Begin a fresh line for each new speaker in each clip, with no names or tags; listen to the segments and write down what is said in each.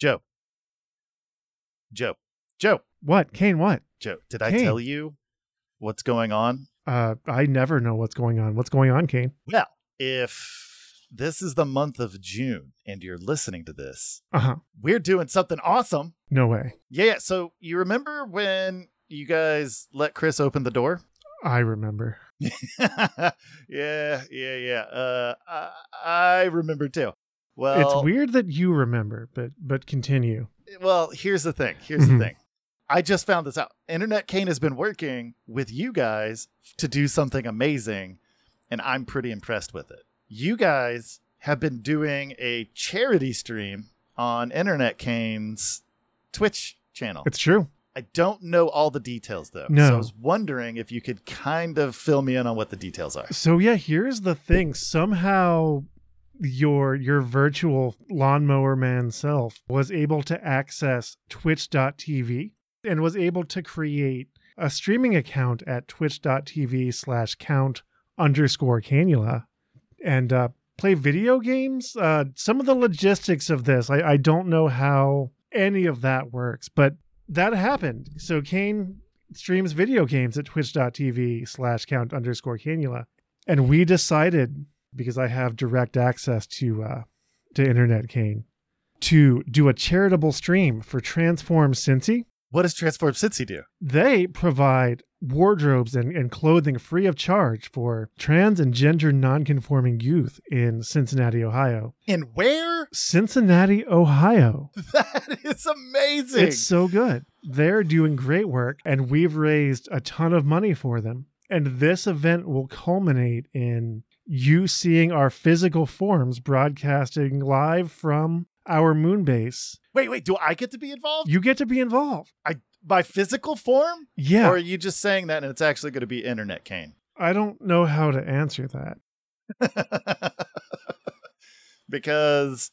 Joe. Joe. Joe.
What? Kane, what?
Joe. Did I
Kane.
tell you what's going on?
Uh, I never know what's going on. What's going on, Kane?
Well, if this is the month of June and you're listening to this,
Uh huh.
we're doing something awesome.
No way.
Yeah, yeah. So you remember when you guys let Chris open the door?
I remember.
yeah, yeah, yeah. Uh, I, I remember too. Well,
it's weird that you remember, but but continue.
Well, here's the thing. Here's the
Mhm.
thing. I just found this out. Internet Kane has been working with you guys to do something amazing, and I'm pretty impressed with it. You guys have been doing a charity stream on Internet Kane's Twitch channel.
It's true.
I don't know all the details though.
No.
So I was wondering if you could kind of fill me in on what the details are.
So yeah, here's the thing. Somehow your your virtual lawnmower man self was able to access twitch.tv and was able to create a streaming account at twitch.tv slash count underscore cannula and uh, play video games. Uh, some of the logistics of this, I, I don't know how any of that works, but that happened. So Kane streams video games at twitch.tv slash count underscore cannula. And we decided, because I have direct access to uh, to Internet Kane, to do a charitable stream for Transform Cincy
What does Transform Cincy do?
they provide wardrobes and, and clothing free of charge for trans and gender nonconforming youth in Cincinnati, Ohio.
And where?
Cincinnati, Ohio.
That is amazing.
It's so good. They're doing great work, and we've raised a ton of money for them. And this event will culminate in you seeing our physical forms broadcasting live from our moon base.
Wait, wait, do I get to be involved?
You get to be involved.
My physical form?
Yeah.
Or are you just saying that and it's actually going to be Internet Kane?
I don't know how to answer that.
because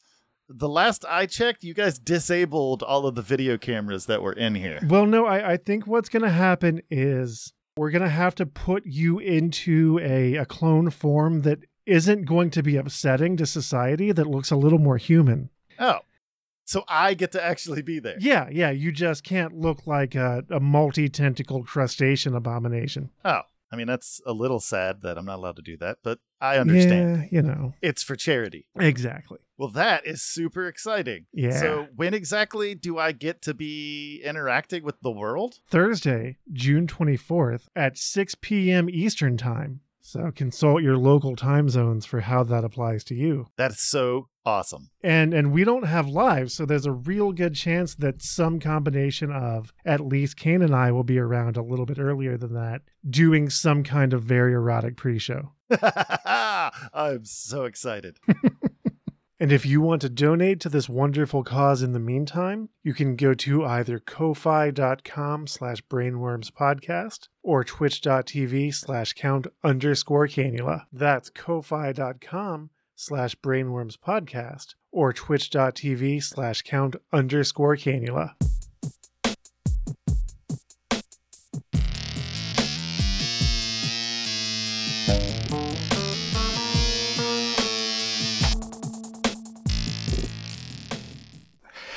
the last I checked, you guys disabled all of the video cameras that were in here.
Well, no, I, I think what's going to happen is we're going to have to put you into a, a clone form that isn't going to be upsetting to society, that looks a little more human.
Oh, so I get to actually be there.
Yeah, yeah, you just can't look like a, a multi tentacled crustacean abomination.
Oh, I mean, that's a little sad that I'm not allowed to do that, but I understand.
Yeah, you know,
It's for charity.
exactly.
Well, that is super exciting.
Yeah.
So, when exactly do I get to be interacting with the world?
Thursday, June 24th at 6 p.m. Eastern Time. So consult your local time zones for how that applies to you.
That's so awesome.
and and we don't have lives so there's a real good chance that some combination of at least kane and i will be around a little bit earlier than that doing some kind of very erotic pre-show
I'm so excited.
and if you want to donate to this wonderful cause in the meantime you can go to either ko-fi.com slash brainwormspodcast or twitch.tv slash count underscore cannula that's ko-fi.com slash brainwormspodcast or twitch.tv slash count underscore cannula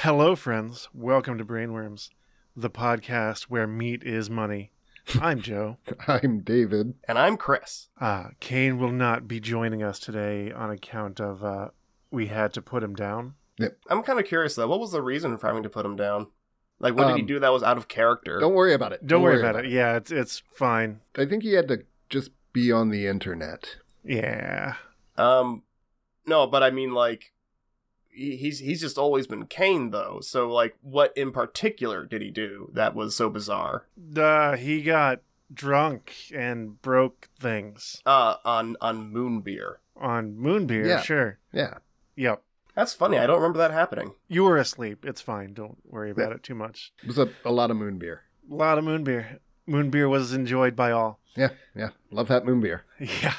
Hello, friends. Welcome to Brainworms, the podcast where meat is money. I'm Joe.
I'm David.
And I'm Chris.
Uh, Kane will not be joining us today on account of uh, we had to put him down.
I'm kind of curious though. What was the reason for having to put him down? Like, what did he
Um,
do that was out of character?
Don't worry about it.
Don't, worry about it. Yeah, it's it's fine.
I think he had to just be on the internet.
Yeah.
Um, no, but I mean, like, he- he's he's just always been Kane though. So, like, what in particular did he do that was so bizarre?
Uh, he got drunk and broke things
Uh, on on moon beer.
on Moonbeer.
Yeah.
Sure.
Yeah.
Yep.
That's funny. I don't remember that happening.
You were asleep. It's fine. Don't worry about it too much.
It was a, a lot of moon beer.
A lot of Moonbeer. Moonbeer was enjoyed by all.
Yeah. Yeah. Love that moon beer.
Yeah.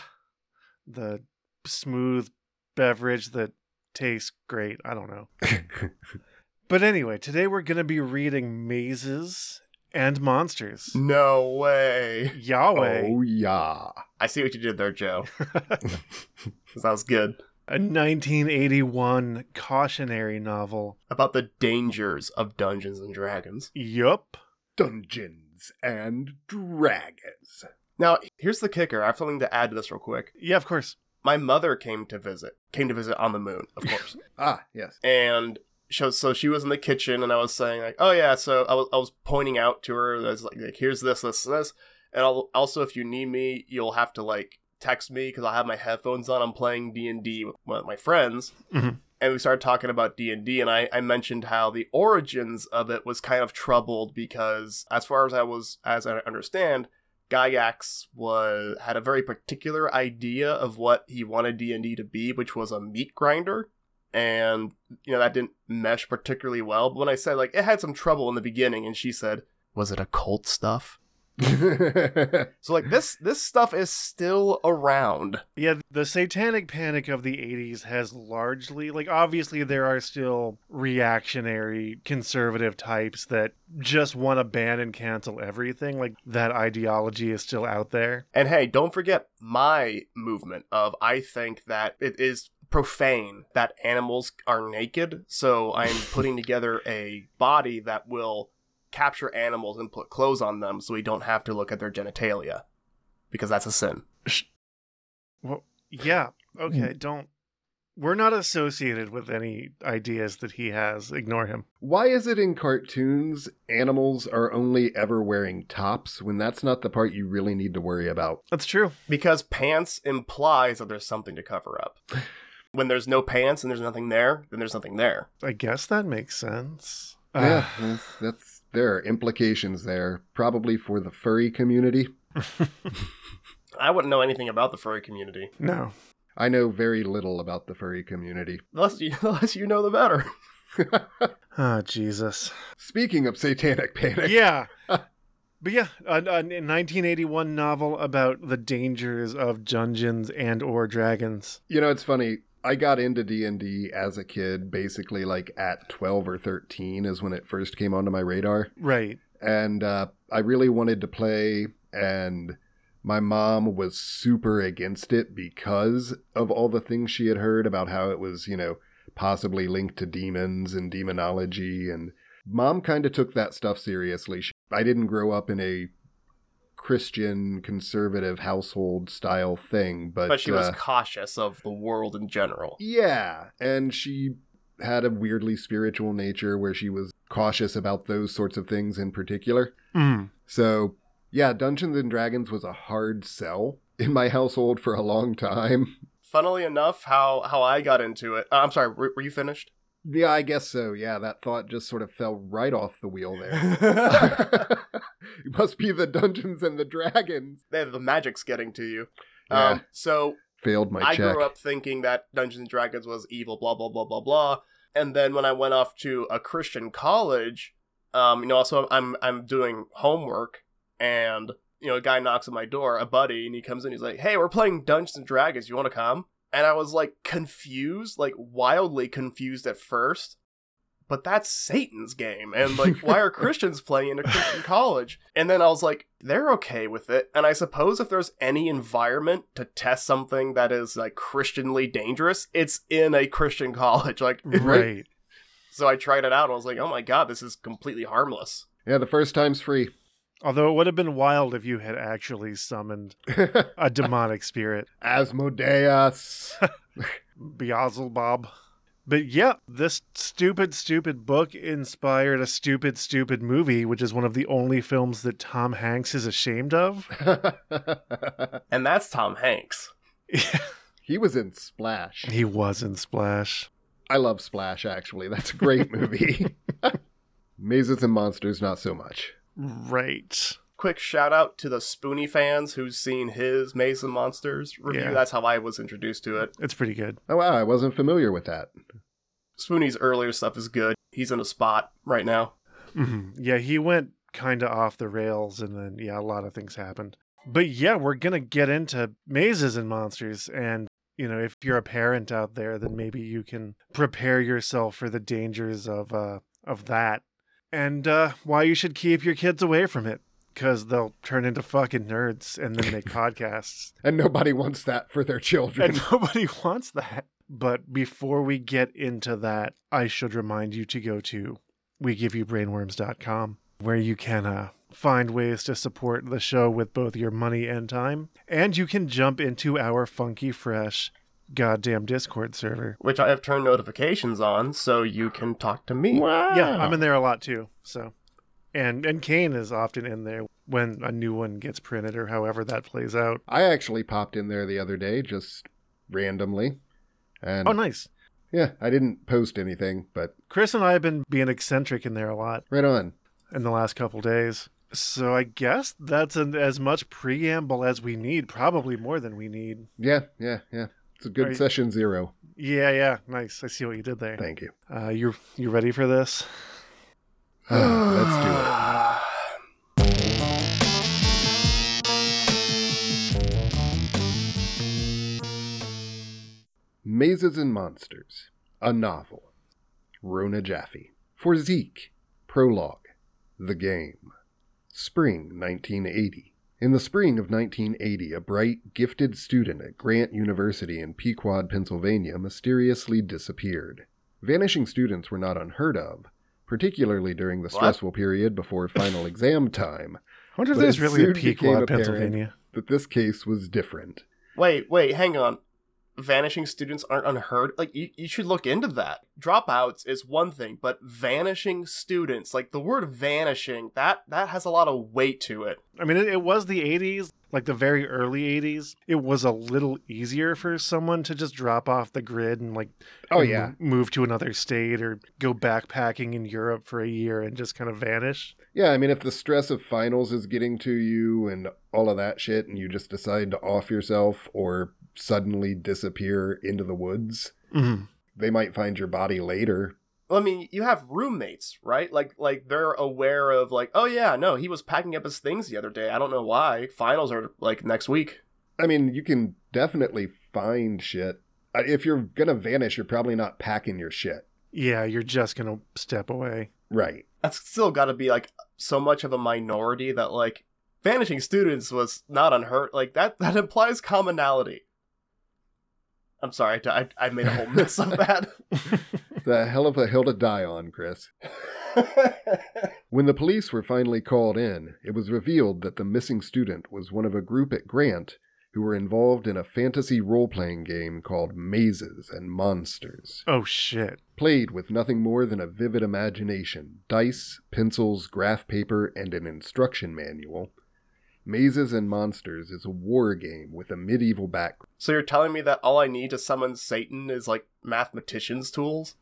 The smooth beverage that tastes great. I don't know. but anyway, today we're going to be reading Mazes and Monsters.
No way.
Yahweh.
Oh, yeah.
I see what you did there, Joe. 'Cause that was good.
A 1981 cautionary novel.
about the dangers of Dungeons and Dragons.
Yup.
Dungeons and Dragons.
Now, here's the kicker. I have something to add to this real quick.
Yeah, of course.
My mother came to visit, came to visit on the moon, of course.
Ah, yes.
and so, so she was in the kitchen, and I was saying like, "Oh yeah." So I was, I was pointing out to her that's like, like, "Here's this, this, and this." And I'll, also, if you need me, you'll have to like text me because I'll have my headphones on. I'm playing D and D with one of my friends,
Mhm.
and we started talking about D and D. And I, I mentioned how the origins of it was kind of troubled because, as far as I was, as I understand, Gygax was had a very particular idea of what he wanted D and D to be, which was a meat grinder. And you know that didn't mesh particularly well. But when I said like it had some trouble in the beginning, and she said, "Was it occult stuff?" So like this this stuff is still around.
Yeah, the satanic panic of the 80s has largely, like, obviously, there are still reactionary conservative types that just want to ban and cancel everything. Like, that ideology is still out there.
And hey, don't forget my movement of I think that it is profane that animals are naked. So I'm putting together a body that will capture animals and put clothes on them so we don't have to look at their genitalia because that's a sin.
Yeah, okay, don't. We're not associated with any ideas that he has. Ignore him.
Why is it in cartoons animals are only ever wearing tops when that's not the part you really need to worry about?
That's true.
Because pants implies that there's something to cover up. When there's no pants and there's nothing there, then there's nothing there.
I guess that makes sense. Uh,
yeah, that's, that's there are implications there, probably for the furry community.
I wouldn't know anything about the furry community.
No.
I know very little about the furry community.
Unless you, unless you know the better.
Ah, Jesus.
Speaking of satanic panic,
yeah. But yeah, a, a 1981 novel about the dangers of dungeons and or dragons.
you know it's funny. I got into D and D as a kid, basically like at twelve or thirteen is when it first came onto my radar.
Right.
and uh, I really wanted to play, and my mom was super against it because of all the things she had heard about how it was, you know, possibly linked to demons and demonology. And mom kind of took that stuff seriously. She, I didn't grow up in a Christian conservative household style thing, but,
but she was
uh,
cautious of the world in general.
yeah, and she had a weirdly spiritual nature where she was cautious about those sorts of things in particular.
Mm.
So, yeah, Dungeons and Dragons was a hard sell in my household for a long time.
Funnily enough, how how I got into it. uh, I'm sorry, were, were you finished?
Yeah, I guess so. Yeah, that thought just sort of fell right off the wheel there.
the
it must be the Dungeons and the Dragons.
the magic's getting to you.
Yeah,
Um, so
failed my
I
check.
grew up thinking that Dungeons and Dragons was evil, blah blah blah blah blah. And then when I went off to a Christian college, um, you know, also I'm I'm doing homework, and you know, a guy knocks on my door, a buddy, and he comes in. He's like, "Hey, we're playing Dungeons and Dragons. You want to come?" And I was like confused, like wildly confused at first. But that's Satan's game, and like, why are Christians playing in a Christian college? And then I was like, they're okay with it. And I suppose if there's any environment to test something that is like Christianly dangerous, it's in a Christian college. Like,
Right.
so I tried it out. And I was like, oh my god, this is completely harmless.
Yeah, the first time's free.
Although it would have been wild if you had actually summoned a demonic spirit,
Asmodeus.
Beelzebub. But yeah, this stupid, stupid book inspired a stupid, stupid movie, which is one of the only films that Tom Hanks is ashamed of.
And that's Tom Hanks.
he was in Splash.
He was in Splash.
I love Splash, actually. That's a great movie. Mazes and Monsters, not so much.
Right.
Quick shout out to the Spoonie fans who's seen his Mason Monsters review.
Yeah.
That's how I was introduced to it.
It's pretty good.
Oh, wow, I wasn't familiar with that.
Spoonie's earlier stuff is good. He's in a spot right now.
Mhm. Yeah, he went kind of off the rails, and then, yeah, a lot of things happened. But yeah, we're going to get into mazes and monsters. And, you know, if you're a parent out there, then maybe you can prepare yourself for the dangers of, uh, of that and uh, why you should keep your kids away from it because they'll turn into fucking nerds and then make podcasts.
And nobody wants that for their children.
And nobody wants that. But before we get into that, I should remind you to go to wegiveyoubrainworms.com where you can uh, find ways to support the show with both your money and time. And you can jump into our funky, fresh, goddamn Discord server.
which I have turned notifications on so you can talk to me.
Yeah, I'm in there a lot too. So, and and Kane is often in there when a new one gets printed or however that plays out.
I actually popped in there the other day just randomly. And
Oh, nice.
yeah, I didn't post anything, but
Chris and I have been being eccentric in there a lot
right on.
in the last couple days. So I guess that's an, as much preamble as we need, probably more than we need.
Yeah, yeah, yeah. It's a good
Are you-
session zero.
Yeah, yeah, nice. I see what you did there.
Thank you.
Uh, you you ready for this?
Let's do it. Mazes and Monsters, a novel. Rona Jaffe. For Zeke, prologue. The game. Spring 1980. In the spring of 1980, a bright, gifted student at Grant University in Pequod, Pennsylvania mysteriously disappeared. Vanishing students were not unheard of, particularly during the
What?
stressful period before final exam time,
I wonder if
But
there's
it
really a
soon became
Pequod,
apparent-
Pennsylvania.
but this case was different.
Wait, wait, hang on. Vanishing students aren't unheard. Like you, you should look into that. Dropouts is one thing, but vanishing students, like the word vanishing, that that has a lot of weight to it.
I mean, it, it was the 80s, like the very early 80s. It was a little easier for someone to just drop off the grid and like
Oh,
and
yeah.
mo- move to another state or go backpacking in Europe for a year and just kind of vanish.
Yeah, I mean, if the stress of finals is getting to you and all of that shit, and you just decide to off yourself or suddenly disappear into the woods,
Mm-hmm.
they might find your body later.
Well, I mean, you have roommates, right? Like, like they're aware of, like, oh yeah, no, he was packing up his things the other day. I don't know why. Finals are like next week.
I mean, you can definitely find shit. Uh, If you're going to vanish, you're probably not packing your shit.
Yeah, you're just going to step away.
Right.
That's still got to be like so much of a minority that like vanishing students was not unheard. Like that, that implies commonality. I'm sorry, I, I made a whole mess of that.
The hell of a hill to die on, Chris. When the police were finally called in, it was revealed that the missing student was one of a group at Grant who were involved in a fantasy role playing game called Mazes and Monsters.
Oh, shit.
played with nothing more than a vivid imagination dice, pencils, graph paper, and an instruction manual. Mazes and Monsters is a war game with a medieval background.
so you're telling me that all I need to summon Satan is like mathematicians' tools?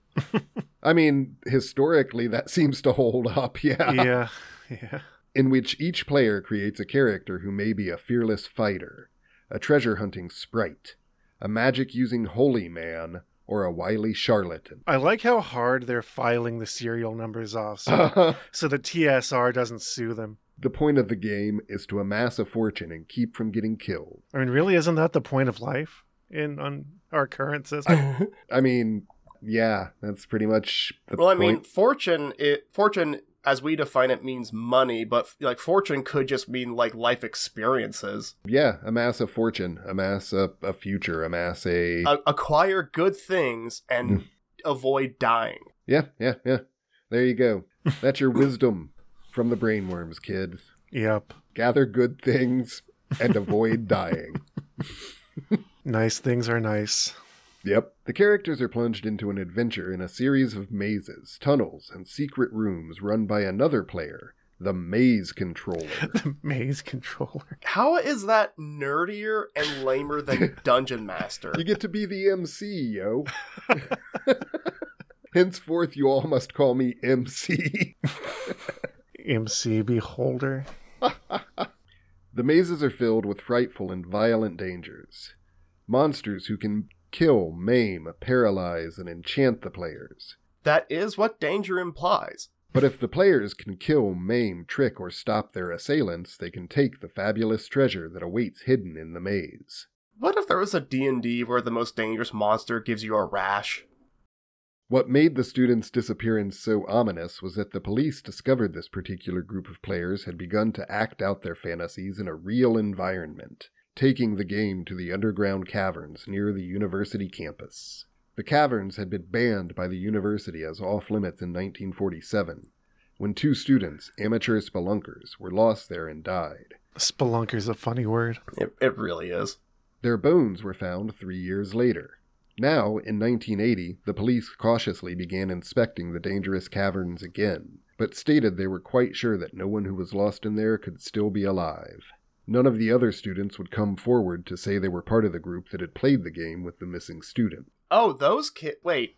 I mean, historically, that seems to hold up, yeah.
yeah. Yeah.
In which each player creates a character who may be a fearless fighter, a treasure hunting sprite, a magic using holy man, or a wily charlatan.
I like how hard they're filing the serial numbers off so,
the
so the TSR doesn't sue them.
point of the game is to amass a fortune and keep from getting killed.
I mean, really, isn't that the point of life in on our current system?
I mean, yeah, that's pretty much the
well, I
point.
mean, fortune. It fortune, as we define it, means money, but like fortune could just mean like life experiences.
yeah, amass a fortune, amass a, a future, amass a
A- acquire good things and avoid dying.
yeah, yeah, yeah. There you go. That's your wisdom from the brainworms, kid.
yep.
Gather good things and avoid dying.
Nice things are nice.
Yep. The characters are plunged into an adventure in a series of mazes, tunnels, and secret rooms run by another player, the Maze Controller.
The maze controller.
How is that nerdier and lamer than Dungeon Master?
You get to be the MC, yo. Henceforth, you all must call me MC.
MC Beholder.
the mazes are filled with frightful and violent dangers. Monsters who can kill, maim, paralyze, and enchant the players.
That is what danger implies.
But if the players can kill, maim, trick, or stop their assailants, they can take the fabulous treasure that awaits hidden in the maze.
What if there was a D&D where the most dangerous monster gives you a rash?
What made the students' disappearance so ominous was that the police discovered this particular group of players had begun to act out their fantasies in a real environment, taking the game to the underground caverns near the university campus. The caverns had been banned by the university as off limits in 1947, when two students, amateur spelunkers, were lost there and died.
Spelunker's a funny word.
It, it really is.
Their bones were found three years later. Now, in 1980, the police cautiously began inspecting the dangerous caverns again, but stated they were quite sure that no one who was lost in there could still be alive. None of the other students would come forward to say they were part of the group that had played the game with the missing student.
Oh, those kid. Wait,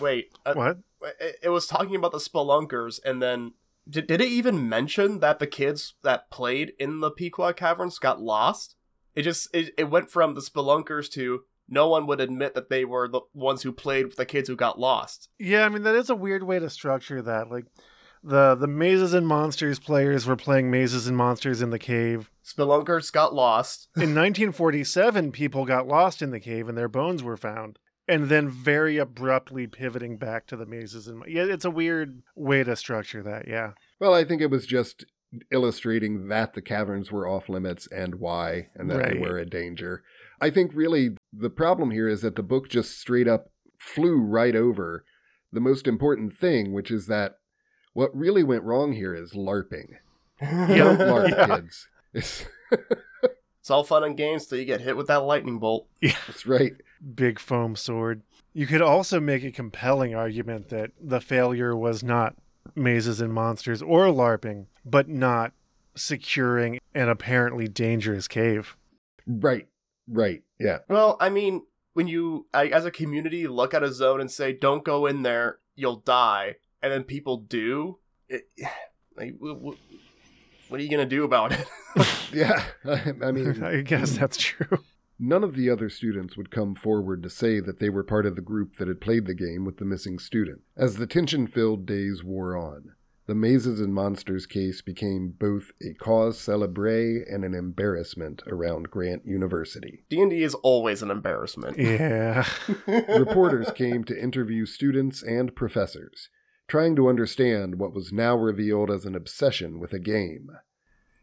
wait. uh,
What?
it- it was talking about the spelunkers, and then did, did it even mention that the kids that played in the Pequot Caverns got lost? It just it, it went from the spelunkers to no one would admit that they were the ones who played with the kids who got lost.
Yeah, I mean that is a weird way to structure that. Like the the mazes and monsters players were playing mazes and monsters in the cave.
Spelunkers got lost.
In 1947, people got lost in the cave and their bones were found. And then very abruptly pivoting back to the mazes and mon- yeah, it's a weird way to structure that. Yeah,
Well, I think it was just illustrating that the caverns were off limits and why, and that they
Right.
were a danger. I think really the problem here is that the book just straight up flew right over the most important thing, which is that what really went wrong here is LARPing. Don't LARP, kids. It's,
It's all fun and games till you get hit with that lightning bolt.
that's right.
big foam sword. You could also make a compelling argument that the failure was not mazes and monsters or LARPing, but not securing an apparently dangerous cave.
Right. Right. Yeah.
Well, I mean, when you I, as a community look at a zone and say don't go in there, you'll die, and then people do. It, like, wh- wh- what are you gonna do about it?
Yeah. I, I mean, hmm.
I guess that's true.
None of the other students would come forward to say that they were part of the group that had played the game with the missing student. As the tension filled days wore on, the Mazes and Monsters case became both a cause celebre and an embarrassment around Grant University.
D and D is always an embarrassment.
Yeah.
Reporters came to interview students and professors, trying to understand what was now revealed as an obsession with a game.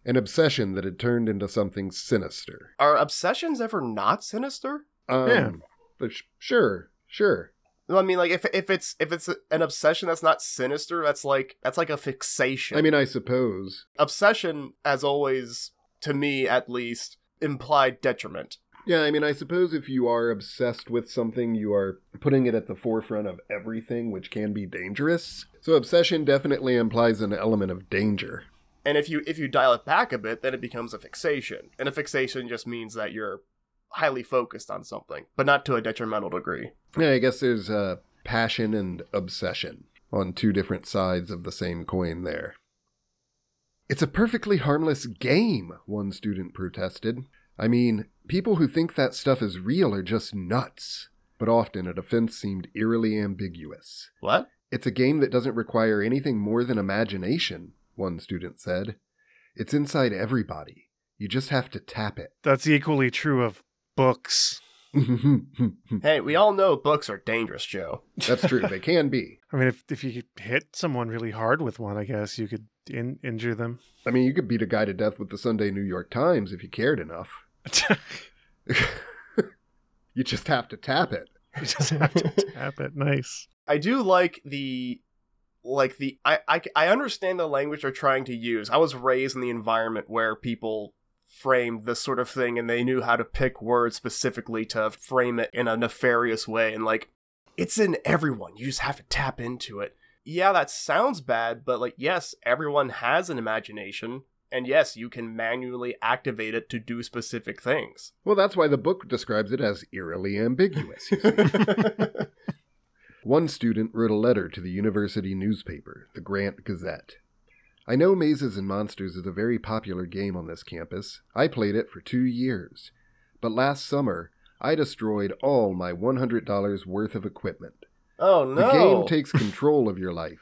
An obsession that had turned into something sinister.
Are obsessions ever not sinister?
Um,
Yeah.
But sh- sure, sure.
No, I mean, like if if it's if it's an obsession that's not sinister, that's like that's like a fixation.
I mean, I suppose.
obsession, as always, to me at least, implied detriment.
Yeah, I mean, I suppose if you are obsessed with something, you are putting it at the forefront of everything, which can be dangerous. So, obsession definitely implies an element of danger.
And if you if you dial it back a bit, then it becomes a fixation. And a fixation just means that you're highly focused on something, but not to a detrimental degree.
Yeah, I guess there's uh, passion and obsession on two different sides of the same coin there. It's a perfectly harmless game, one student protested. I mean, people who think that stuff is real are just nuts. But often a defense seemed eerily ambiguous.
What?
It's a game that doesn't require anything more than imagination, one student said. It's inside everybody. You just have to tap it.
That's equally true of books.
Hey, we all know books are dangerous, Joe.
That's true, they can be.
I mean, if, if you hit someone really hard with one, I guess you could in, injure them.
I mean, you could beat a guy to death with the Sunday New York Times if you cared enough. you just have to tap it.
you just have to tap it. Nice.
I do like the like the I, I I understand the language they're trying to use. I was raised in the environment where people framed this sort of thing and they knew how to pick words specifically to frame it in a nefarious way and like it's in everyone. You just have to tap into it. Yeah, that sounds bad, but like yes, everyone has an imagination and yes, you can manually activate it to do specific things.
Well, that's why the book describes it as eerily ambiguous. you see. One student wrote a letter to the university newspaper, the Grant Gazette. I know Mazes and Monsters is a very popular game on this campus. I played it for two years. But last summer, I destroyed all my $100 worth of equipment.
oh
The game
no.
takes control of your life.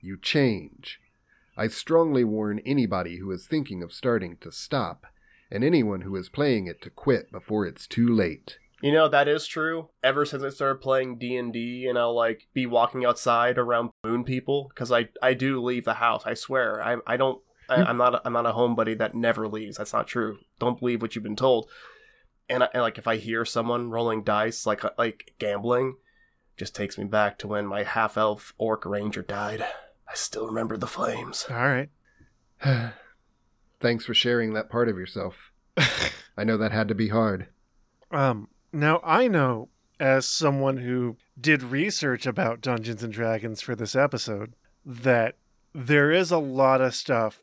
You change. I strongly warn anybody who is thinking of starting to stop, and anyone who is playing it to quit before it's too late.
You know that is true. Ever since I started playing D and D, and I'll like be walking outside around moon people because I I do leave the house. I swear I I don't I, I'm not a, I'm not a homebody that never leaves. That's not true. Don't believe what you've been told. And, I, and uh, like if I hear someone rolling dice like like gambling, Just takes me back to when my half elf orc ranger died. I still remember the flames.
All right.
Thanks for sharing that part of yourself. I know that had to be hard.
Um, now I know, as someone who did research about Dungeons and Dragons for this episode, that there is a lot of stuff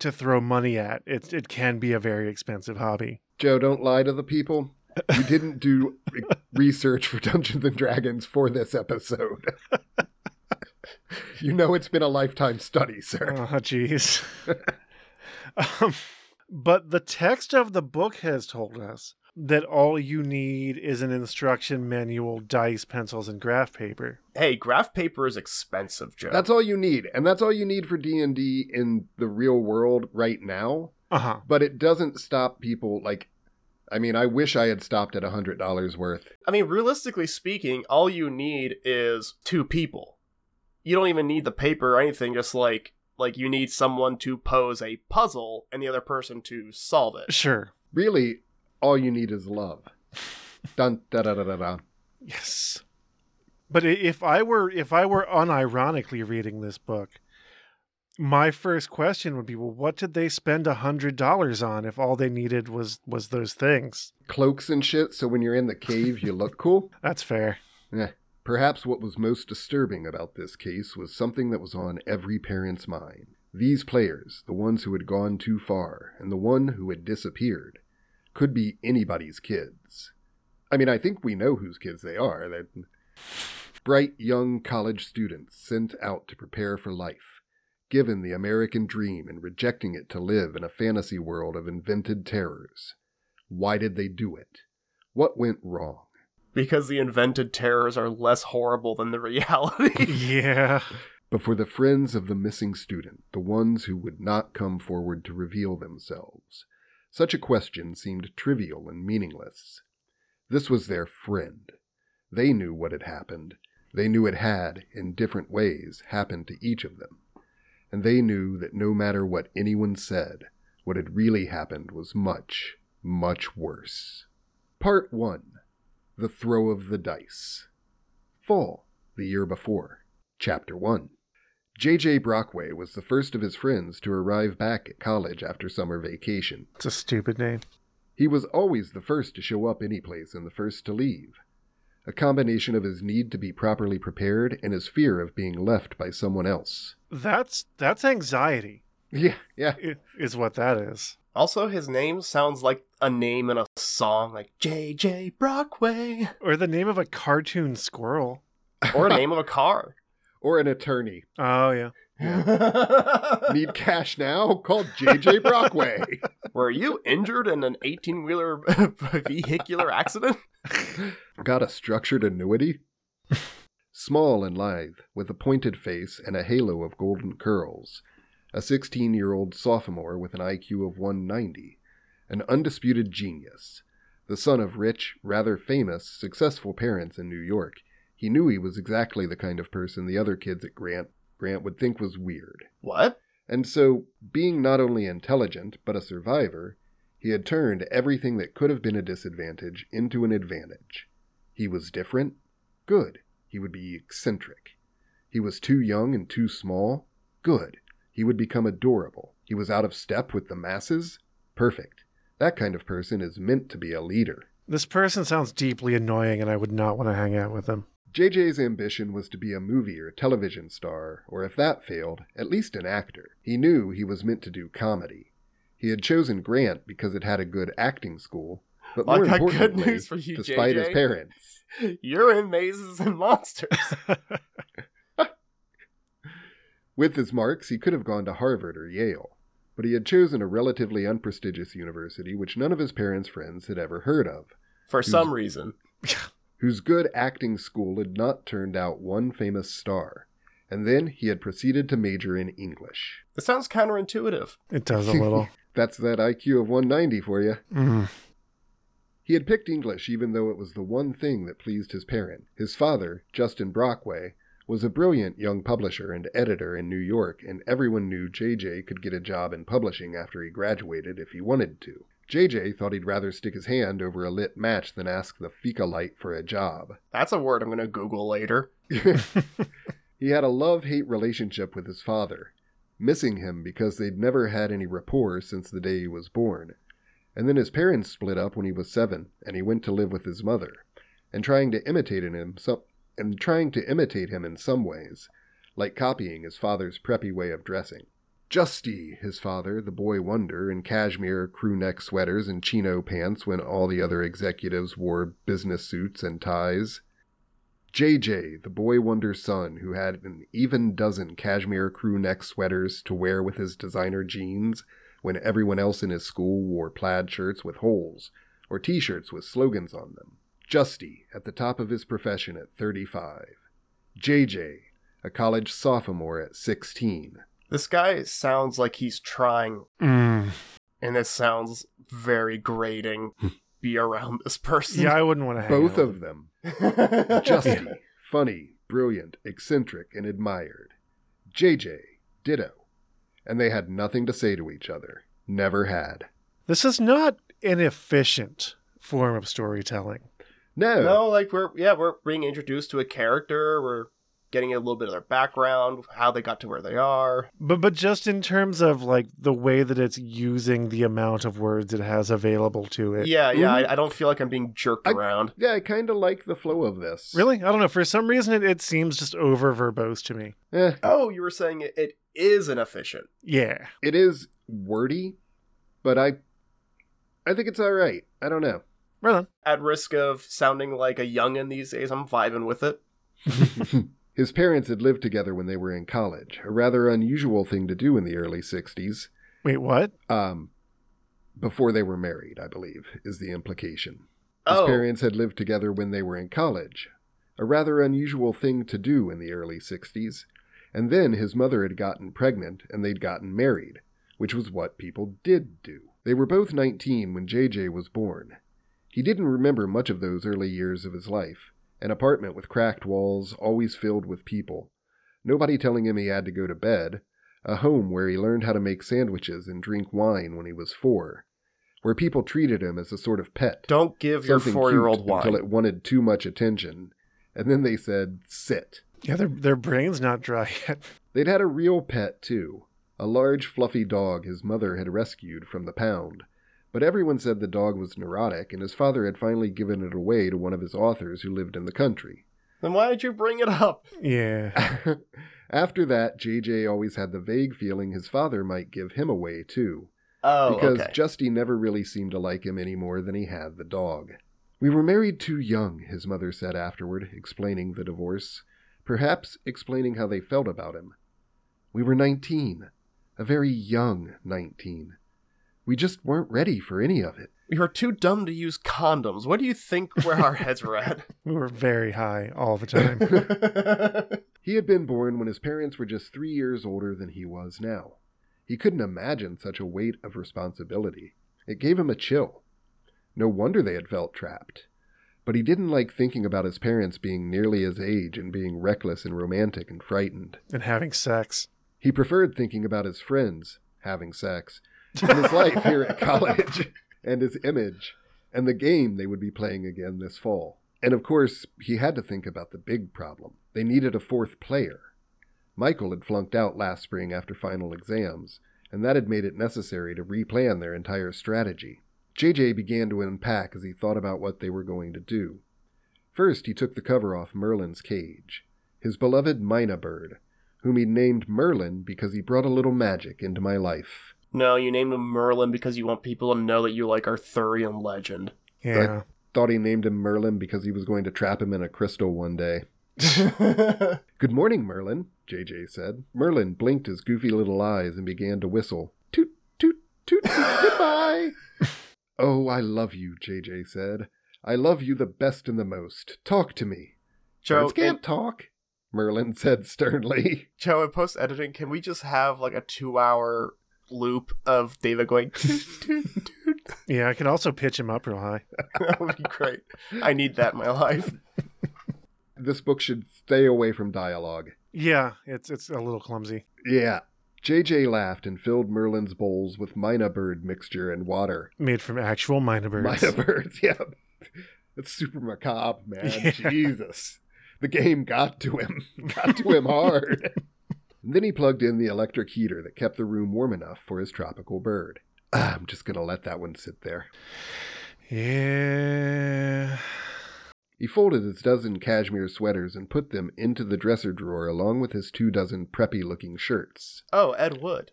to throw money at. It it can be a very expensive hobby.
Joe, don't lie to the people. You didn't do re- research for Dungeons and Dragons for this episode. you know it's been a lifetime study, sir.
Oh, jeez. um, but the text of the book has told us that all you need is an instruction manual, dice, pencils, and graph paper.
Hey, graph paper is expensive, Joe.
That's all you need, and that's all you need for D&D in the real world right now.
Uh huh.
But it doesn't stop people like I mean, I wish I had stopped at $100 worth.
I mean, realistically speaking, all you need is two people. You don't even need the paper or anything. Just like like you need someone to pose a puzzle and the other person to solve it.
Sure.
Really, all you need is love. Dun da da da da da.
Yes. But i- if I were if I were unironically reading this book, my first question would be, well, what did they spend a hundred dollars on if all they needed was was those things?
Cloaks and shit, so when you're in the cave, you look cool.
That's fair.
Perhaps what was most disturbing about this case was something that was on every parent's mind. These players, the ones who had gone too far, and the one who had disappeared, could be anybody's kids. I mean, I think we know whose kids they are. They're bright young college students sent out to prepare for life, given the American dream and rejecting it to live in a fantasy world of invented terrors. Why did they do it? What went wrong?
Because the invented terrors are less horrible than the reality.
yeah.
but for the friends of the missing student, the ones who would not come forward to reveal themselves. Such a question seemed trivial and meaningless. This was their friend. They knew what had happened. They knew it had, in different ways, happened to each of them. And they knew that no matter what anyone said, what had really happened was much, much worse. Part 1 The Throw of the Dice. Fall, the year before. Chapter 1 J.J. Brockway was the first of his friends to arrive back at college after summer vacation.
It's a stupid name.
He was always the first to show up anyplace and the first to leave. A combination of his need to be properly prepared and his fear of being left by someone else.
That's that's anxiety.
Yeah, yeah.
i- Is what that is.
Also, his name sounds like a name in a song, like J.J. Brockway,
Or the name of a cartoon squirrel.
or a name of a car.
Or an attorney.
Oh yeah.
Need cash now? Call J.J. Brockway.
Were you injured in an 18 wheeler vehicular accident?
Got a structured annuity? Small and lithe, with a pointed face and a halo of golden curls, a 16 year old sophomore with an IQ of 190, an undisputed genius, the son of rich, rather famous, successful parents in New York, he knew he was exactly the kind of person the other kids at Grant Grant would think was weird.
What?
And so, being not only intelligent, but a survivor, he had turned everything that could have been a disadvantage into an advantage. He was different. Good. He would be eccentric. He was too young and too small. Good. He would become adorable. He was out of step with the masses. Perfect. That kind of person is meant to be a leader.
This person sounds deeply annoying, and I would not want to hang out with them.
JJ's ambition was to be a movie or television star, or if that failed, at least an actor. He knew he was meant to do comedy. He had chosen Grant because it had a good acting school, but more
I got good
importantly,
news for you,
despite his
JJ.
parents,
You're in mazes and monsters.
with his marks, he could have gone to Harvard or Yale, but he had chosen a relatively unprestigious university which none of his parents' friends had ever heard of.
For some reason.
whose good acting school had not turned out one famous star, and then he had proceeded to major in English.
It sounds counterintuitive.
It does a little.
That's that IQ of 190 for you.
Mm.
He had picked English even though it was the one thing that pleased his parent. His father, Justin Brockway, was a brilliant young publisher and editor in New York, and everyone knew JJ could get a job in publishing after he graduated if he wanted to. JJ thought he'd rather stick his hand over a lit match than ask the Fecalite for a job.
That's a word I'm going to Google later.
He had a love hate relationship with his father, missing him because they'd never had any rapport since the day he was born. And then his parents split up when he was seven, and he went to live with his mother, and trying to imitate in him some, and trying to imitate him in some ways, like copying his father's preppy way of dressing. Justy, his father, the boy wonder, in cashmere crew neck sweaters and chino pants when all the other executives wore business suits and ties. JJ, the boy wonder's son, who had an even dozen cashmere crew neck sweaters to wear with his designer jeans when everyone else in his school wore plaid shirts with holes or t shirts with slogans on them. Justy, at the top of his profession at 35. JJ, a college sophomore at 16.
This guy sounds like he's trying,
Mm.
and this sounds very grating. Be around this person.
Yeah, I wouldn't want to hang
Both
out with
of them. Justy, funny, brilliant, eccentric, and admired. JJ, ditto. And they had nothing to say to each other. Never had.
This is not an efficient form of storytelling.
No.
no, like we're yeah, we're being introduced to a character. We're getting a little bit of their background, how they got to where they are.
But but just in terms of like the way that it's using the amount of words it has available to it.
Yeah, yeah. I, I don't feel like I'm being jerked
I-
around.
Yeah, I kind of like the flow of this.
Really? I don't know. For some reason it, it seems just over verbose to me.
Eh,
Oh, you were saying it, it is inefficient.
Yeah.
it is wordy, but I, I think it's all right. I don't know.
Right on.
At risk of sounding like a youngin these days, I'm vibing with it.
His parents had lived together when they were in college, a rather unusual thing to do in the early 60s,
Wait, what?
um, before they were married, I believe, is the implication. His
Oh,
parents had lived together when they were in college, a rather unusual thing to do in the early 60s. And then his mother had gotten pregnant and they'd gotten married, which was what people did do. They were both 19 when JJ was born. He didn't remember much of those early years of his life an apartment with cracked walls, always filled with people, nobody telling him he had to go to bed, a home where he learned how to make sandwiches and drink wine when he was four, where people treated him as a sort of pet
don't give your
something
four year old
cute
wine.
until it wanted too much attention, and then they said sit.
Yeah, their their brain's not dry yet.
They'd had a real pet too, a large fluffy dog his mother had rescued from the pound. But everyone said the dog was neurotic, and his father had finally given it away to one of his authors who lived in the country.
Then why did you bring it up?
Yeah.
After that, JJ always had the vague feeling his father might give him away too.
Oh,
because
okay.
Justy never really seemed to like him any more than he had the dog. We were married too young, his mother said afterward, explaining the divorce, perhaps explaining how they felt about him. We were 19, a very young 19. We just weren't ready for any of it.
we were too dumb to use condoms. What do you think where our heads were at?
We were very high all the time.
He had been born when his parents were just three years older than he was now. He couldn't imagine such a weight of responsibility. It gave him a chill. No wonder they had felt trapped. But he didn't like thinking about his parents being nearly his age and being reckless and romantic and frightened.
and having sex.
He preferred thinking about his friends having sex, and his life here at college, and his image, and the game they would be playing again this fall. And of course, he had to think about the big problem. They needed a fourth player. Michael had flunked out last spring after final exams, and that had made it necessary to replan their entire strategy. JJ began to unpack as he thought about what they were going to do. First, he took the cover off Merlin's cage, his beloved Mina bird, whom he named Merlin because he brought a little magic into my life.
no, you named him Merlin because you want people to know that you like Arthurian legend.
Yeah.
Thought he named him Merlin because he was going to trap him in a crystal one day. Good morning, Merlin, JJ said. Merlin blinked his goofy little eyes and began to whistle. Toot, toot, toot, toot, goodbye. oh, I love you, JJ said. I love you the best and the most. Talk to me.
Joe,
Birds can't
in,
talk, Merlin said sternly.
Joe, in post editing, can we just have like a two hour loop of David going, "Toot, toot, toot"?
Yeah, I could also pitch him up real high.
that would be great. I need that in my life.
This book should stay away from dialogue.
Yeah, it's it's a little clumsy.
Yeah. JJ laughed and filled Merlin's bowls with mina bird mixture and water.
Made from actual minor birds.
Mina birds, yeah. That's super macabre, man.
Yeah.
Jesus. The game got to him. Got to him hard. And then he plugged in the electric heater that kept the room warm enough for his tropical bird. Ah, I'm just going to let that one sit there.
Yeah.
He folded his dozen cashmere sweaters and put them into the dresser drawer along with his two dozen preppy looking shirts.
Oh, Ed Wood.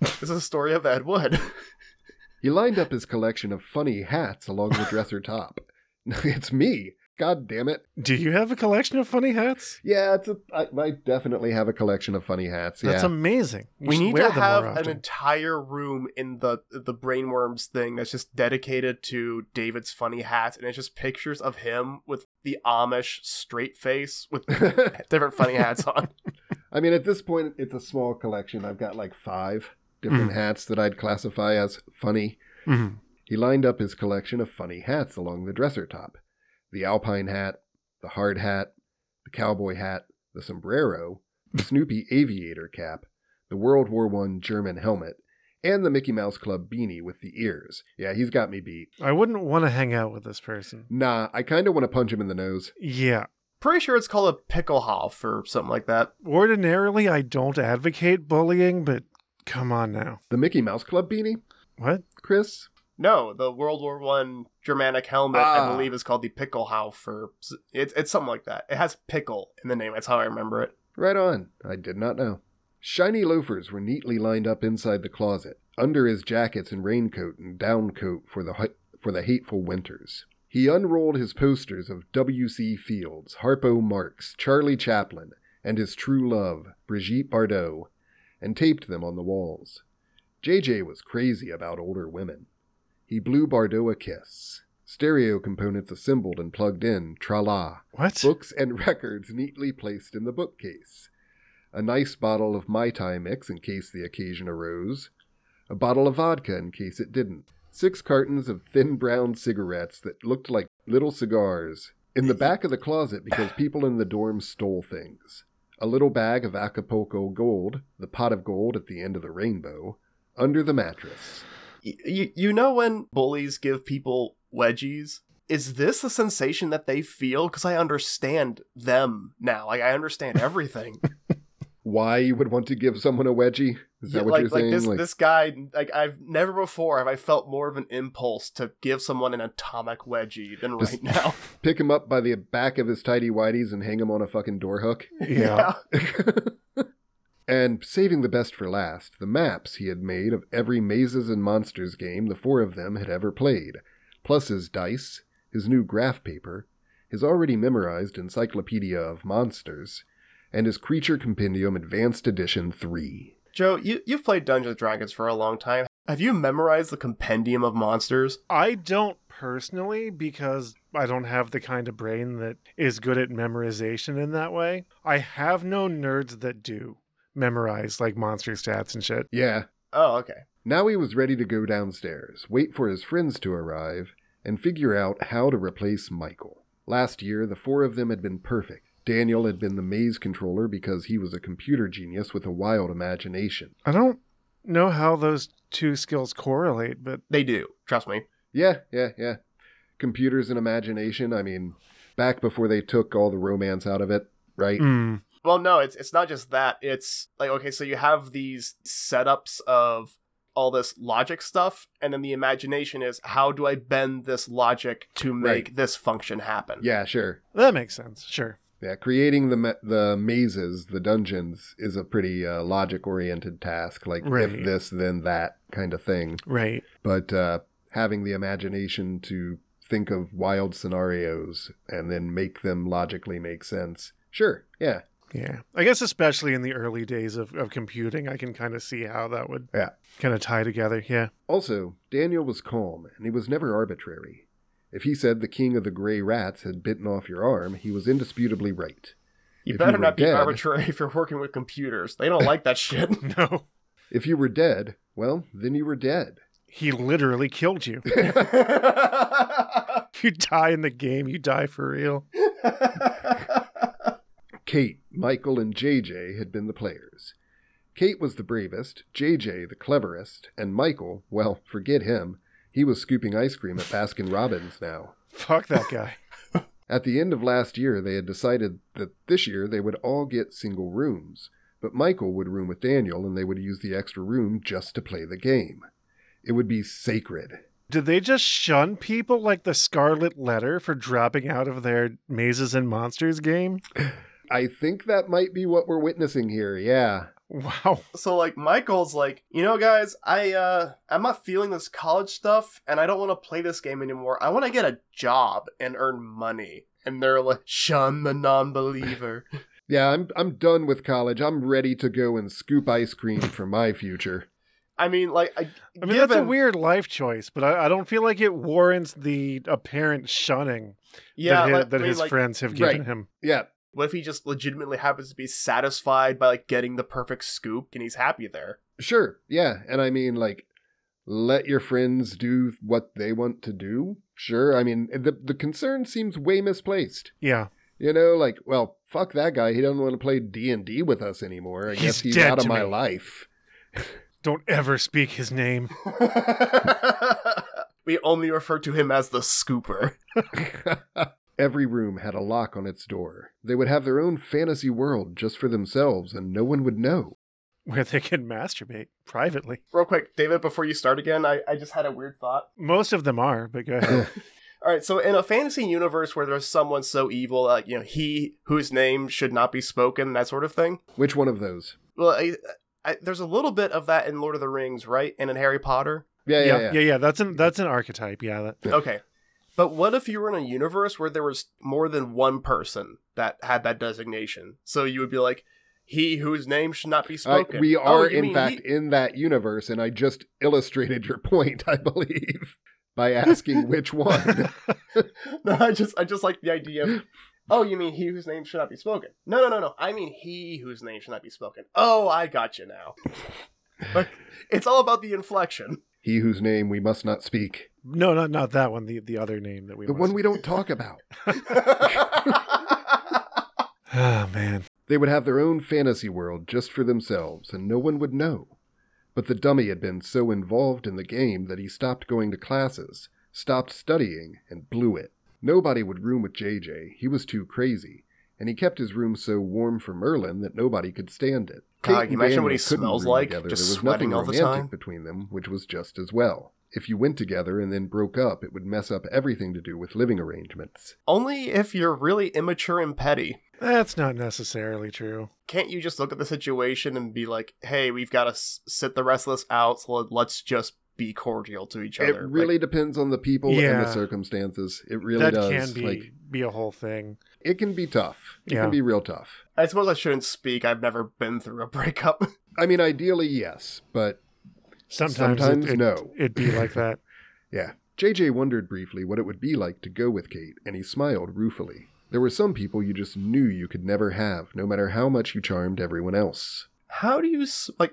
this is a story of Ed Wood.
He lined up his collection of funny hats along the dresser top. it's me. God damn it.
Do you have a collection of funny hats?
Yeah, it's a, I, I definitely have a collection of funny hats. Yeah.
That's amazing. You
we
should
need
wear
to
them
have
more
an
often.
entire room in the the brainworms thing that's just dedicated to David's funny hats, and it's just pictures of him with the Amish straight face with different funny hats on.
I mean, at this point, it's a small collection. I've got like five different hats that I'd classify as funny.
Mhm.
He lined up his collection of funny hats along the dresser top the alpine hat, the hard hat, the cowboy hat, the sombrero, the Snoopy aviator cap, the World War I German helmet, and the Mickey Mouse Club beanie with the ears. Yeah, he's got me beat.
I wouldn't want to hang out with this person.
Nah, I kind of want to punch him in the nose.
Yeah.
Pretty sure it's called a pickelhoff or something like that.
Ordinarily, I don't advocate bullying, but come on now.
The Mickey Mouse Club beanie,
What?
Chris?
No, the World War One Germanic helmet,
Ah.
I believe, is called the pickelhoff or s- it's it's something like that. It has pickle in the name. That's how I remember it.
Right on. I did not know. Shiny loafers were neatly lined up inside the closet, under his jackets and raincoat and downcoat for the hu- for the hateful winters. He unrolled his posters of W.C. Fields, Harpo Marx, Charlie Chaplin, and his true love, Brigitte Bardot, and taped them on the walls. J.J. was crazy about older women. He blew Bardot a kiss. Stereo components assembled and plugged in, tra la,
What?
books and records neatly placed in the bookcase, a nice bottle of Mai Tai mix in case the occasion arose, a bottle of vodka in case it didn't, six cartons of thin brown cigarettes that looked like little cigars in the back of the closet because people in the dorm stole things, a little bag of Acapulco gold, the pot of gold at the end of the rainbow, under the mattress.
you, you know when bullies give people wedgies is this the sensation that they feel because i understand them now like i understand everything
Why you would want to give someone a wedgie? Is that
Yeah,
what
like,
you're
like
saying?
this this guy like i've never before have i felt more of an impulse to give someone an atomic wedgie than
Just-
right now
pick him up by the back of his tidy whities and hang him on a fucking door hook.
yeah.
and saving the best for last, the maps he had made of every Mazes and Monsters game the four of them had ever played, plus his dice, his new graph paper, his already memorized Encyclopedia of Monsters, and his Creature Compendium Advanced Edition 3.
joe you, you've played dungeons and dragons for a long time have you memorized the compendium of monsters
I don't personally because I don't have the kind of brain that is good at memorization in that way. I have known nerds that do memorize like monster stats and shit.
Yeah,
oh okay
Now he was ready to go downstairs, wait for his friends to arrive, and figure out how to replace Michael. Last year, the four of them had been perfect. Daniel had been the maze controller because he was a computer genius with a wild imagination.
I don't know how those two skills correlate, but
they do trust me
Yeah, yeah, yeah. Computers and imagination, I mean, back before they took all the romance out of it, right?
mm,
Well, no, it's it's not just that. It's like okay, so you have these setups of all this logic stuff, and then the imagination is how do I bend this logic to make
Right.
this function happen?
Yeah, sure.
that makes sense. Sure.
Yeah, creating the ma- the mazes, the dungeons, is a pretty uh, logic oriented task, like
Right.
if this, then that kind of thing.
Right.
but uh, having the imagination to think of wild scenarios and then make them logically make sense. Sure, yeah,
Yeah. I guess especially in the early days of, of computing, I can kind of see how that would
yeah.
kind of tie together. Yeah.
Also, Daniel was calm, and he was never arbitrary. If he said the king of the gray rats had bitten off your arm, he was indisputably right.
You
If you
better
were
not be
dead-
arbitrary if you're working with computers. They don't like that shit.
No.
If you were dead, well, then you were dead.
He literally killed you. You die in the game, you die for real.
Kate, Michael, and JJ had been the players. Kate was the bravest, JJ the cleverest, and Michael, well, forget him. He was scooping ice cream at Baskin Robbins now.
Fuck that guy.
At the end of last year, they had decided that this year they would all get single rooms, but Michael would room with Daniel and they would use the extra room just to play the game. It would be sacred.
Did they just shun people like the Scarlet Letter for dropping out of their Mazes and Monsters game?
I think that might be what we're witnessing here, yeah.
Wow.
So like Michael's like, you know guys, I uh I'm not feeling this college stuff and I don't want to play this game anymore. I want to get a job and earn money. And they're like, shun the non-believer.
Yeah, I'm I'm done with college. I'm ready to go and scoop ice cream for my future.
I mean, like, I,
I mean, that's a weird life choice, but I, I don't feel like it warrants the apparent shunning
yeah,
that his,
like,
that
I mean,
his
like,
friends have given
right.
him.
Yeah,
What if he just legitimately happens to be satisfied by like getting the perfect scoop and he's happy there?
Sure. Yeah. And I mean, like, let your friends do what they want to do. Sure. I mean, the, the concern seems way misplaced.
Yeah.
You know, like, well, fuck that guy. He doesn't want to play D and D with us anymore. I
He's
guess he's
dead
out of
to
my
me.
life.
Don't ever speak his name.
we only refer to him as the scooper.
Every room had a lock on its door. They would have their own fantasy world just for themselves, and no one would know.
Where they can masturbate privately.
Real quick, David, before you start again, I, I just had a weird thought.
Most of them are, but go ahead.
All right, so in a fantasy universe where there's someone so evil, like you know, he whose name should not be spoken, that sort of thing.
Which one of those?
Well, I, I, there's a little bit of that in Lord of the Rings, right? And in Harry Potter.
Yeah, yeah, yeah.
yeah, That's an that's an archetype. Yeah, that,
Yeah.
Okay. But what if you were in a universe where there was more than one person that had that designation? So you would be like, he whose name should not be
I-
spoken.
Uh, we
Oh,
are,
you
in
mean
fact,
he-
in that universe, and I just illustrated your point, I believe, by asking which one.
no, I just, I just like the idea of, oh, you mean he whose name should not be spoken? No, no, no, no. I mean he whose name should not be spoken. Oh, I got you now. like, it's all about the inflection.
he whose name we must not speak.
no, not not that one. The the other name that we
The
want
one
to-
we don't talk about.
Oh man,
They would have their own fantasy world just for themselves, and no one would know. But the dummy had been so involved in the game that he stopped going to classes, stopped studying, and blew it. Nobody would room with JJ. He was too crazy. And he kept his room so warm for Merlin that nobody could stand it.
God,
Kate
you
and
imagine what
Daniel
he
couldn't
smells
room
like,
together.
just
there was nothing
sweating all the
romantic
time?
between them, which was just as well. If you went together and then broke up, it would mess up everything to do with living arrangements.
Only if you're really immature and petty.
that's not necessarily true.
Can't you just look at the situation and be like, hey, we've got to s- sit the rest of this out, so let- let's just be cordial to each
It
other?
really depends on the people and the
Yeah.
circumstances. It really
that
does.
can be
Like
be a whole thing.
it can be tough. It
Yeah.
can be real tough.
I suppose I shouldn't speak. I've never been through a breakup.
I mean, ideally, yes, but
Sometimes, it-
Sometimes
it-
no.
It'd be like that.
yeah. JJ wondered briefly what it would be like to go with Kate, and he smiled ruefully. There were some people you just knew you could never have, no matter how much you charmed everyone else.
How do you s- like?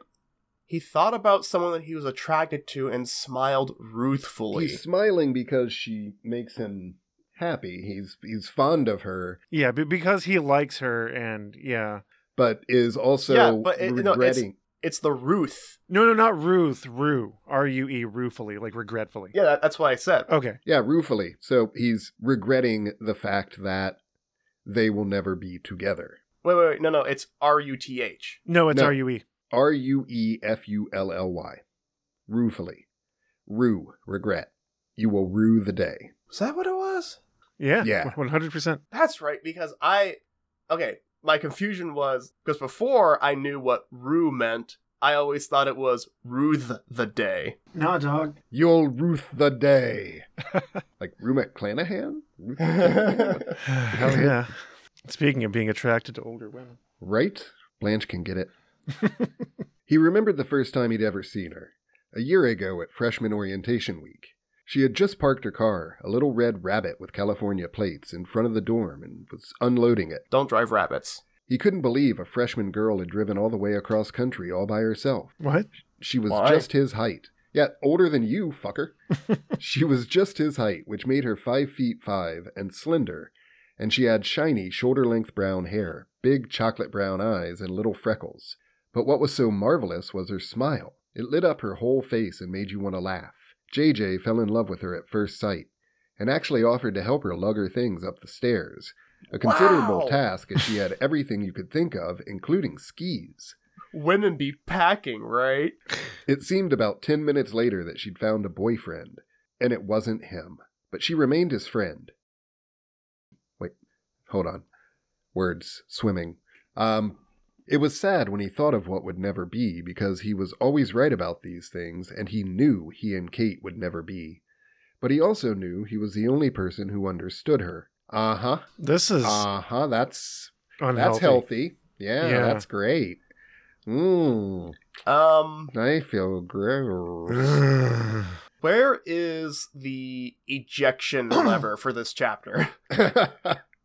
He thought about someone that he was attracted to and smiled ruthfully.
He's smiling because she makes him happy. He's he's fond of her,
Yeah, be- because he likes her, and yeah.
but is also
Yeah, but it- no, it's-
regretting.
it's the Ruth.
No, no, not Ruth. Rue. R U E. Ruefully, like regretfully.
Yeah, that, that's what I said.
Okay.
yeah, ruefully. So he's regretting the fact that they will never be together.
Wait, wait, wait. No, no. It's R U T H.
No, it's
No.
R U E.
R U E F U L L Y. Ruefully. Rue, regret. You will rue the day.
Was that what it was?
Yeah.
Yeah.
One hundred percent.
That's right, because I okay, my confusion was because before I knew what rue meant, I always thought it was ruth the day.
Nah, dog.
You'll ruth the day. like Rue McClanahan? Ruth McClanahan?
Hell yeah. Speaking of being attracted to older women.
Right? Blanche can get it. he remembered the first time he'd ever seen her, a year ago at freshman orientation week. She had just parked her car, a little red rabbit with California plates, in front of the dorm and was unloading it.
Don't drive rabbits.
He couldn't believe a freshman girl had driven all the way across country all by herself.
What?
She was
Why?
just his height. Yeah, older than you, fucker. she was just his height, which made her five feet five and slender, and she had shiny, shoulder length brown hair, big chocolate brown eyes, and little freckles. But what was so marvelous was her smile. It lit up her whole face and made you want to laugh. JJ fell in love with her at first sight and actually offered to help her lug her things up the stairs. A considerable
Wow.
task as she had everything you could think of, including skis.
Women be packing, right?
It seemed about 10 minutes later that she'd found a boyfriend, and it wasn't him, but she remained his friend. Wait, hold on. Words swimming. Um, it was sad when he thought of what would never be because he was always right about these things, and he knew he and Kate would never be. But he also knew he was the only person who understood her. Uh huh.
This is
Uh huh. That's
unhealthy.
that's healthy. Yeah,
Yeah.
that's great. Mmm.
Um,
I feel gross.
Ugh.
where is the ejection lever for this chapter?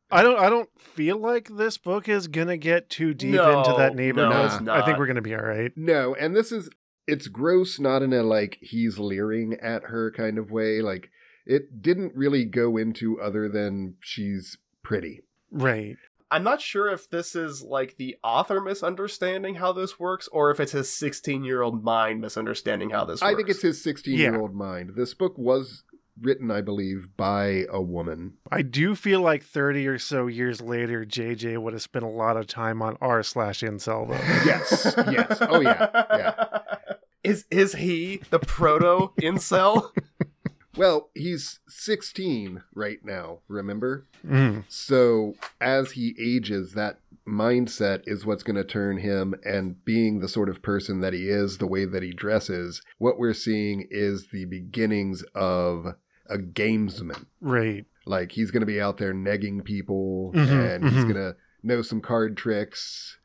I don't. I don't feel like this book is gonna get too deep into
No,
that neighborhood.
no,
it's
I think
not.
we're gonna be all right.
no, and this is it's gross not in a like he's leering at her kind of way. Like it didn't really go into other than she's pretty.
Right.
I'm not sure if this is like the author misunderstanding how this works, or if it's his 16 year old mind misunderstanding how this works.
I think it's his 16-year-old mind. This book was written, I believe, by a woman.
I do feel like thirty or so years later, JJ would have spent a lot of time on r slash incel. though.
Yes, yes. Oh yeah. yeah.
Is is he the proto incel?
Well, he's 16 right now, remember?
Mm.
So as he ages, that mindset is what's going to turn him and being the sort of person that he is, the way that he dresses. What we're seeing is the beginnings of a gamesman.
Right.
Like he's going to be out there negging people
Mhm,
and he's
mhm.
going to know some card tricks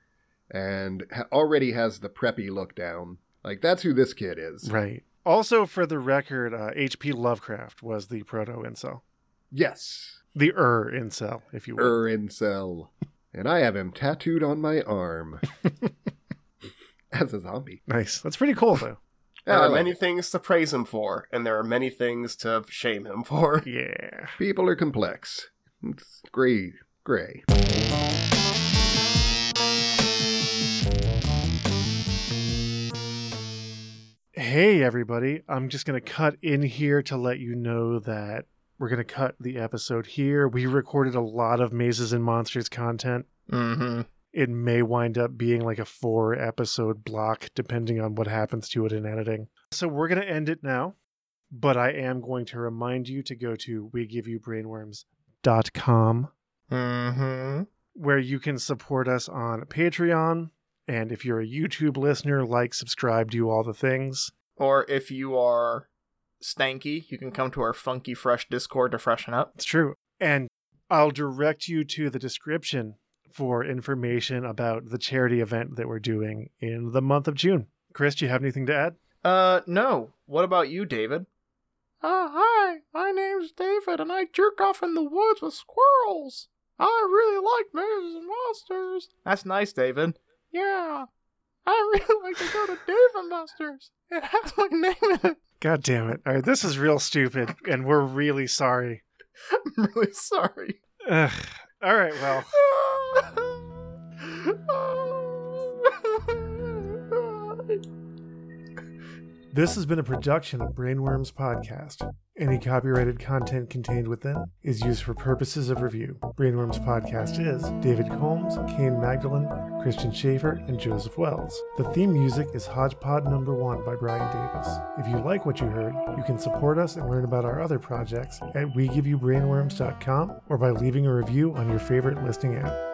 and ha- already has the preppy look down. Like that's who this kid is.
Right. Also, for the record, uh, H.P. Lovecraft was the proto incel,
Yes.
the er incel, if you will.
Er incel. And I have him tattooed on my arm as a zombie.
Nice. That's pretty cool, though.
Yeah,
There
Oh, I
are
like
many
it.
things to praise him for, and there are many things to shame him for.
yeah.
People are complex. It's gray, gray.
Hey, everybody. I'm just going to cut in here to let you know that we're going to cut the episode here. We recorded a lot of Mazes and Monsters content.
Mm-hmm.
It may wind up being like a four episode block, depending on what happens to it in editing. So we're going to end it now, but I am going to remind you to go to wegiveyoubrainworms.com
Mm-hmm.
where you can support us on Patreon. And if you're a YouTube listener, like, subscribe, do all the things.
Or if you are stanky, you can come to our funky fresh Discord to freshen up.
It's true. And I'll direct you to the description for information about the charity event that we're doing in the month of June. Chris, do you have anything to add?
Uh, no. What about you, David? Uh, hi. My name's David, and I jerk off in the woods with squirrels. I really like movies and monsters. That's nice, David. Yeah. I really like to go to Dave and Buster's. It has my name in it.
God damn it. All right, this is real stupid, and we're really sorry.
I'm really sorry.
Ugh. All right, well,
Oh.
This has been a production of Brainworms Podcast. Any copyrighted content contained within is used for purposes of review. Brainworms Podcast is David Combs, Kane Magdalene, Christian Schaefer, and Joseph Wells. The theme music is Hodgepod Number One by Brian Davis. If you like what you heard, you can support us and learn about our other projects at WeGiveYouBrainworms.com or by leaving a review on your favorite listening app.